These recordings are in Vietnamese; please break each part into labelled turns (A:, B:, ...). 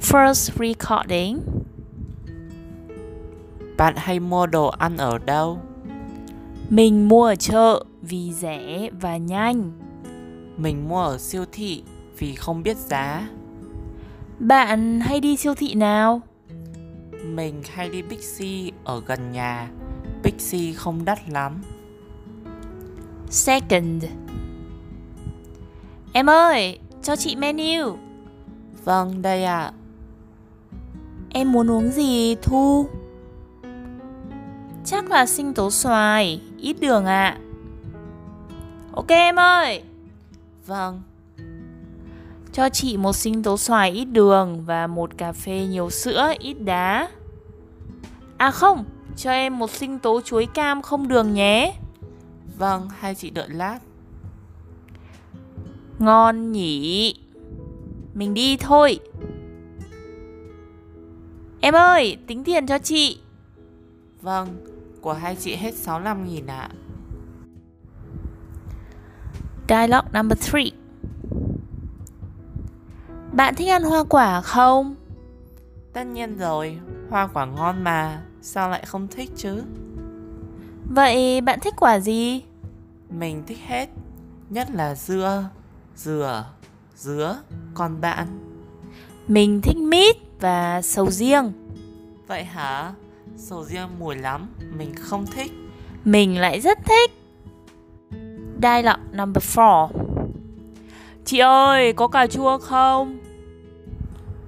A: first recording?
B: Bạn hay mua đồ ăn ở đâu?
A: Mình mua ở chợ vì rẻ và nhanh.
B: Mình mua ở siêu thị vì không biết giá.
A: Bạn hay đi siêu thị nào?
B: Mình hay đi Big C ở gần nhà. Big C không đắt lắm.
A: Second. Em ơi, cho chị menu.
B: Vâng, đây ạ.
A: Em muốn uống gì Thu? Chắc là sinh tố xoài, ít đường ạ. Ok em ơi,
B: Vâng,
A: cho chị một sinh tố xoài ít đường và một cà phê nhiều sữa ít đá. À không, cho em một sinh tố chuối cam không đường nhé.
B: vâng, hai chị đợi lát.
A: Ngon nhỉ. Mình đi thôi. Em ơi, tính tiền cho chị.
B: Vâng, của hai chị hết 65.000 ạ.
A: Dialogue number 3. Bạn thích ăn hoa quả không?
B: Tất nhiên rồi, hoa quả ngon mà, sao lại không thích chứ?
A: Vậy bạn thích quả gì?
B: Mình thích hết, nhất là dưa, dừa, dứa, còn bạn.
A: Mình thích mít và sầu riêng.
B: Vậy hả? Sầu riêng mùi lắm, mình không thích.
A: Mình lại rất thích. Dialogue number 4. Chị ơi, có cà chua không?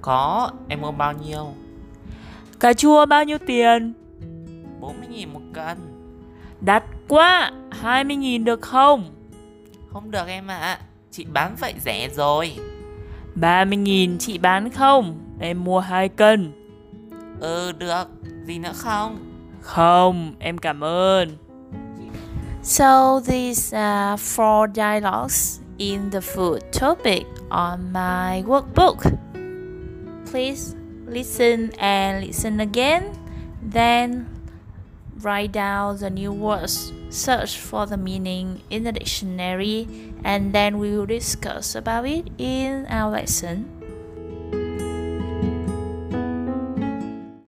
B: Có, em mua bao nhiêu?
A: Cà chua bao nhiêu tiền?
B: 40.000 một cân.
A: Đắt quá, 20.000 được không?
B: Không được em ạ, chị bán vậy rẻ rồi.
A: 30.000 chị bán không? Em mua 2 cân.
B: Ừ được, gì nữa không?
A: Không, em cảm ơn. So these are four dialogues in the food topic on my workbook. Please listen and listen again, then write down the new words, search for the meaning in the dictionary, and then we will discuss about it in our lesson.